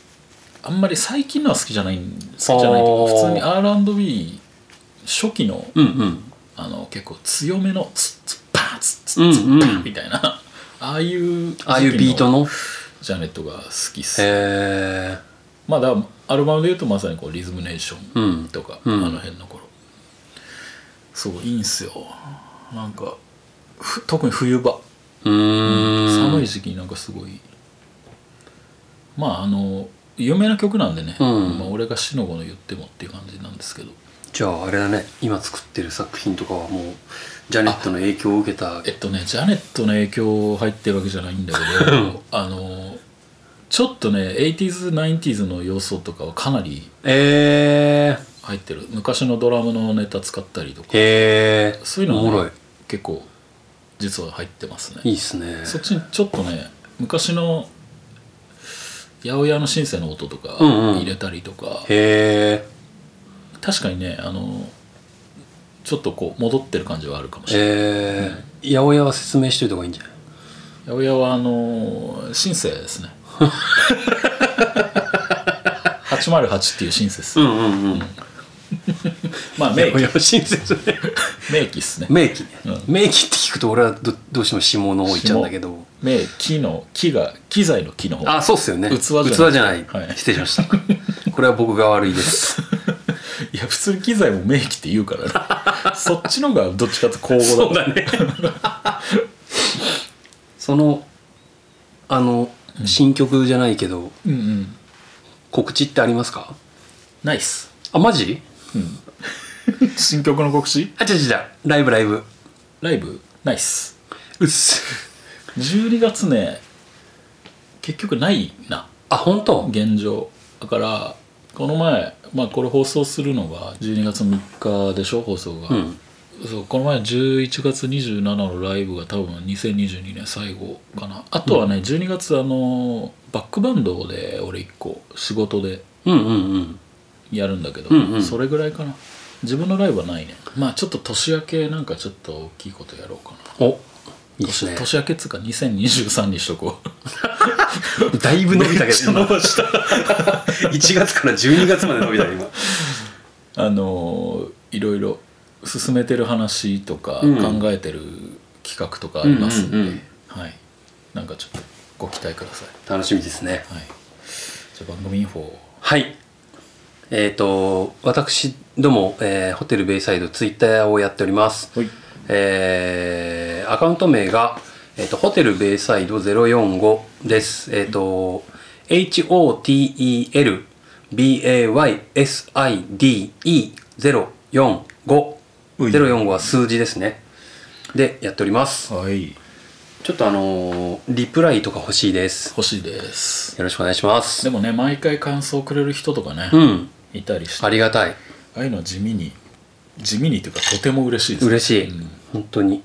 S2: あんまり最近のは好きじゃないん好きじゃない
S1: あ
S2: っていうか
S1: ー
S2: 普通に R&B 初期の
S1: うんうん
S2: あの結構強めのツッツッパーツッツ
S1: うん
S2: ッ
S1: うん
S2: ツッパーみたいな、 ああいう
S1: ああいうビートの
S2: ジャネットが好きっす
S1: へえ
S2: まあだからアルバムでいうとまさにこうリズムネーションとか、
S1: うんうん
S2: あの辺の頃そういいんすよなんかふ特に冬場
S1: うーん
S2: 寒い時期になんかすごいまああの有名な曲なんでね、
S1: うん
S2: まあ、俺がしのごの言ってもっていう感じなんですけど
S1: じゃああれだね今作ってる作品とかはもうジャネットの影響を受けた
S2: えっとねジャネットの影響入ってるわけじゃないんだ けどあのちょっとね 80s90s の要素とかはかなり
S1: え
S2: 入ってる昔のドラムのネタ使ったりとか
S1: ー、えー、
S2: そういうの
S1: おも
S2: も
S1: ろ
S2: ね
S1: い
S2: 結構実は入ってますね
S1: いいっすね
S2: そっちにちょっとね昔の八百屋のシンセの音とか
S1: うんうん
S2: 入れたりとか、
S1: へえ
S2: 確かにねあのちょっとこう戻ってる感じはあるかもしれない、
S1: えー、八百屋は説明しといた方がいいんじゃない
S2: 八百屋はあのシンセです ね808っていうシンセです、
S1: うんうんうん
S2: まあ名
S1: 名
S2: 機
S1: 機親切ね
S2: 名機ですね
S1: 名機ね
S2: う
S1: 名機って聞くと俺はどどうしても下の方行っちゃうんだけど
S2: 名機の木が機材の木の方
S1: あそうっすよね
S2: 器じゃない
S1: じゃない、
S2: はい
S1: 失礼しましたこれは僕が悪いです
S2: いや普通に機材も名機って言うから ねそっちの方がどっちかって交互だ
S1: だね そのあの新曲じゃないけど、
S2: うんうん
S1: 告知ってありますか
S2: ナイス
S1: あマジ
S2: 新曲の告知
S1: あ違う違う違うライブライブ
S2: ライブナイス
S1: うっす
S2: 12月ね結局ないな
S1: あ本当
S2: 現状だからこの前まあこれ放送するのが12月3日でしょ放送が、
S1: うん
S2: そうこの前11月27のライブが多分2022年最後かなあとはね、12月あのバックバンドで俺1個仕事で
S1: うんうんうん
S2: やるんだけど、
S1: うんうん
S2: それぐらいかな自分のライブはないねまあちょっと年明けなんかちょっと大きいことやろうかな
S1: おいいっす
S2: 年
S1: ね
S2: 年明けっつうか2023にしとこう
S1: だいぶ伸びたけ ど今
S2: ばした
S1: 1月から12月まで伸びた今
S2: あのーいろいろ進めてる話とか
S1: うん
S2: 考えてる企画とかありますんで、
S1: うんうんうん
S2: はいなんかちょっとご期待ください、
S1: 楽しみですね
S2: はい、じゃあ番組インフォを
S1: はいえっ、と私ども、えーホテルベイサイドツイッターをやっております
S2: はい
S1: えーアカウント名が、えー、とホテルベイサイド045です。えっ、と、HOTELBAYSIDE045。
S2: うい
S1: 045は数字ですね。で、やっております。
S2: はい
S1: ちょっとあのーリプライとか欲しいです。
S2: 欲しいです
S1: よろしくお願いしま。
S2: ですもね毎回感想くれる人とかね、
S1: うん。
S2: いたりして
S1: ありがたい。
S2: ああいうのは地味に地味にというかとても嬉しいです
S1: 嬉しい。
S2: うん
S1: 本当に。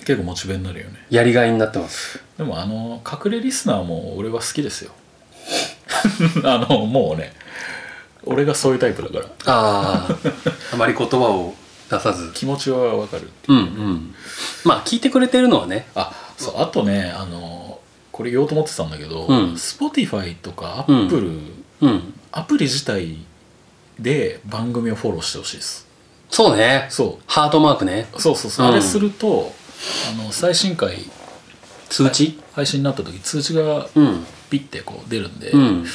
S2: 結構モチベになるよね
S1: やりがいになってます。
S2: でもあの隠れリスナーも俺は好きですよ あのもうね俺がそういうタイプだから
S1: あ あ。あまり言葉を出さず。
S2: 気持ちはわかる
S1: うんうんまあ聞いてくれてるのはね
S2: あそうあとねあのこれ言おうと思ってたんだけど、
S1: うん
S2: Spotify とか
S1: うん
S2: Apple、
S1: うん
S2: アプリ自体で番組をフォローしてほしいです
S1: そうね
S2: そ
S1: ハートマークね
S2: うそうそうそう、
S1: うん
S2: あれするとあの最新回
S1: 通知
S2: 配信になった時通知が
S1: うん
S2: ピッてこう出るんで、
S1: うん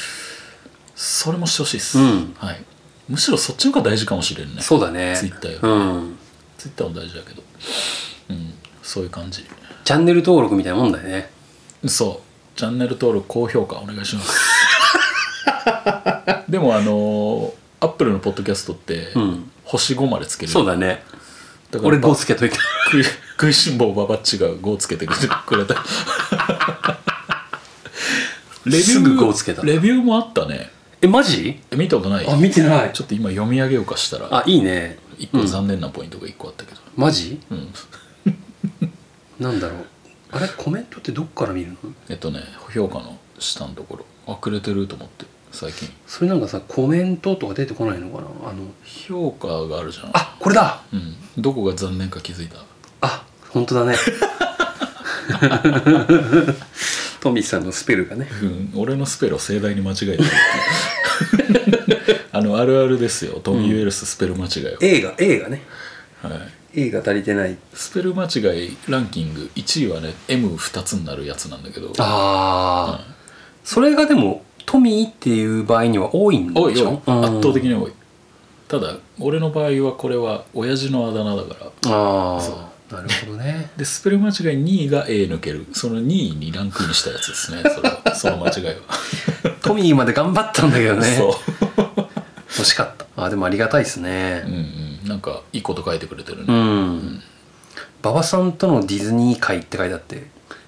S2: それもしてほしいです、
S1: うん
S2: はい、むしろそっちの方が大事かもしれんね
S1: そうだね
S2: ツイッターよ
S1: うん
S2: ツイッターも大事だけど、うん、そういう感じ
S1: チャンネル登録みたいなもんだよね
S2: そうチャンネル登録高評価お願いします でもあのアップルのポッドキャストって、
S1: うん
S2: 星5までつける
S1: そうだね
S2: だから
S1: 俺
S2: ば
S1: 5つけといた
S2: 食い食いしん坊ババッチが5つけて くれてくれたレビュー
S1: すぐ5つけた
S2: レビューもあったね
S1: えマジ
S2: え見たことない
S1: あ見てない
S2: ちょっと今読み上げようかしたら
S1: あいいね
S2: 一個残念なポイントが一個あったけど、
S1: マジ
S2: うん、
S1: なんだろうあれコメントってどっから見るの
S2: えっとね評価の下のところあくれてると思って最近
S1: それなんかさコメントとか出てこないのかなあの
S2: 評価があるじゃん
S1: あこれだ
S2: うん、どこが残念か気づいた
S1: あ本当だねトミーさんのスペルがね
S2: うん俺のスペルを盛大に間違えた あのあるあるですよトミー・ウェルススペル間違いは、
S1: A が A がね
S2: はい、
S1: A が足りてない
S2: スペル間違いランキング1位はね M2 つになるやつなんだけど
S1: ああ、それがでもトミーっていう場合には多いんで
S2: 多い
S1: し
S2: よ
S1: ょ、うん
S2: 圧倒的に多いただ俺の場合はこれは親父のあだ名だから
S1: あ
S2: そう
S1: あなるほどね
S2: でスペル間違い2位が A 抜けるその2位にランクインしたやつですねそれはその間違いは、
S1: トミーまで頑張ったんだけどね
S2: そう
S1: 惜しかったあでもありがたいですね
S2: うんうんなんかいいこと書いてくれてる
S1: う
S2: ね、
S1: ん馬場さんとのディズニー会って書いてあって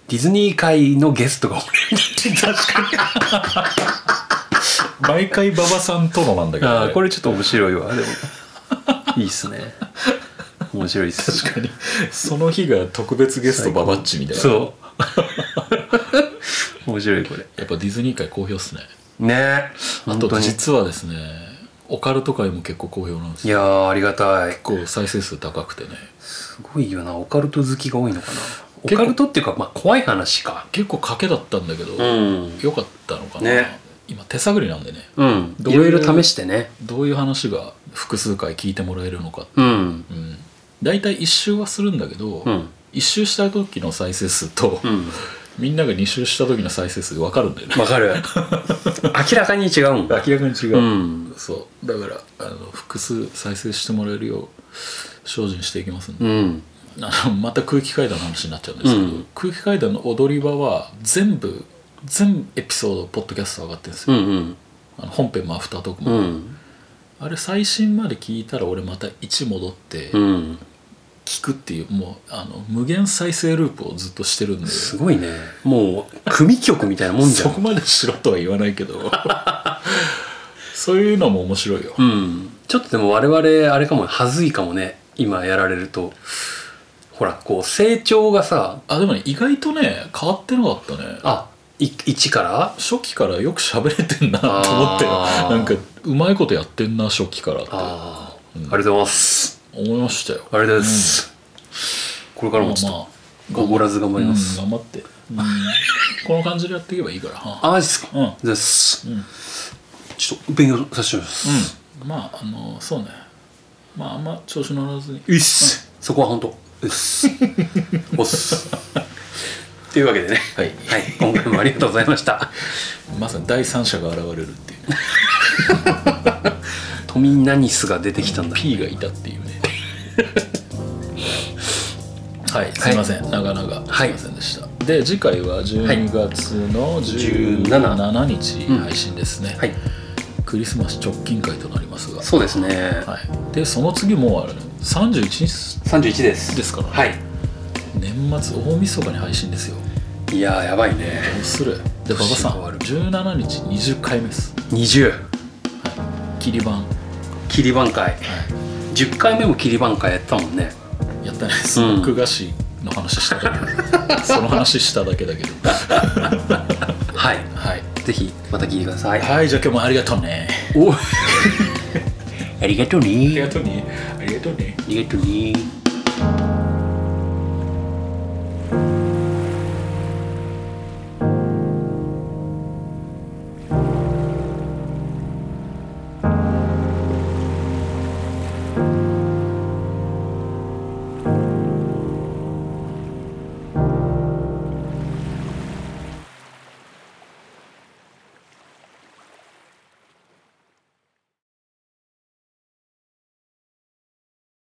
S1: ディズニー会のゲストが俺
S2: 確かに 毎回馬場さんとのなんだけど、
S1: あ
S2: ね、
S1: ーこれちょっと面白いわでもいいっすね面白いっす
S2: 確かにその日が特別ゲスト
S1: 最高
S2: ババッチみたいな
S1: そう面白いこれ
S2: やっぱディズニー界好評っすね
S1: ね
S2: あ
S1: 本
S2: と
S1: 当に
S2: 実はですねオカルト界も結構好評なんです
S1: い
S2: よ
S1: やーありがたい
S2: 結構再生数高くてね
S1: すごいよなオカルト好きが多いのかなオ
S2: 結構
S1: カルトっていうか、まあ、怖い話か
S2: 結構賭けだったんだけど、
S1: ん
S2: 良かったのかな、
S1: ね
S2: 今手探りなんでね
S1: うん
S2: どう
S1: い
S2: いう
S1: ろいろ試してね
S2: どういう話が複数回聞いてもらえるのか、
S1: うん
S2: うん、大体1周はするんだけど、
S1: うん
S2: 一1周した時の再生数と、
S1: うん
S2: みんなが2周した時の再生数分かるんだよね
S1: わかる明らかに違うんだ
S2: 明らかに違う、
S1: うん
S2: そうだからあの複数再生してもらえるよう精進していきますんで、
S1: うん
S2: あのまた空気階段の話になっちゃうんですけ
S1: う
S2: ど、
S1: ん
S2: 空気階段の踊り場は全部全エピソードポッドキャスト上がってるんです
S1: う
S2: よ、
S1: ん
S2: あの本編もアフタートーク
S1: う
S2: も、
S1: ん
S2: あれ最新まで聞いたら俺また1戻って
S1: うん
S2: 聞くっていうもうあの無限再生ループをずっとしてるんです
S1: ごいねもう組曲みたいなもんじゃ
S2: そ
S1: ん
S2: こまでしろとは言わないけ どそういうのも面白いよ、
S1: うんちょっとでも我々あれかもはずいかもね今やられるとほらこう成長がさ
S2: あでもね意外とね変わってなかったね
S1: あい1から
S2: 初期からよく喋れてんなと思って
S1: あー
S2: なんかうまいことやってんな初期からって
S1: あー、
S2: うん
S1: ありがとうございます
S2: 思いましたよ
S1: ありがとうございます、これからもちょっとごごらず頑張ります、
S2: うん、頑張って、 うんこの感じでやっていけばいいからは
S1: あマジっすか、
S2: うん
S1: です、
S2: ん
S1: ちょっと勉強させてもらいます、
S2: うんまああのそうねまああんま調子乗らずに
S1: うっす、そこは本当うっ すおっすというわけでね
S2: はい
S1: はい、今回もありがとうございま した
S2: まさに第三者が現れるっていうね
S1: トミーナニスが出てきたんだ
S2: P がいたっていう ねはいすいません、長々す
S1: はい
S2: いませんでした、で次回は12月の17日
S1: うん
S2: 配信ですね、
S1: はい
S2: クリスマス直近会となりますが
S1: そうですね、
S2: はい、でその次もうあれね31日
S1: 31です
S2: ですからね
S1: はい
S2: 年末大晦日に配信ですよ
S1: いやーやばいね
S2: どうするで馬場さん
S1: 終わる
S2: 17日20回目です
S1: 20
S2: 切り番、は
S1: 切り挽回10回目も切り挽回やったもんね
S2: い、やってないです、
S1: うん
S2: 録画誌の話しただ けその話しただけだけど
S1: はい
S2: はい、
S1: ぜひまた聞いてください、
S2: はい、じゃあ今日もありがとうね
S1: お ありがとうね
S2: とうねありがとうね
S1: ありがとうね
S3: 「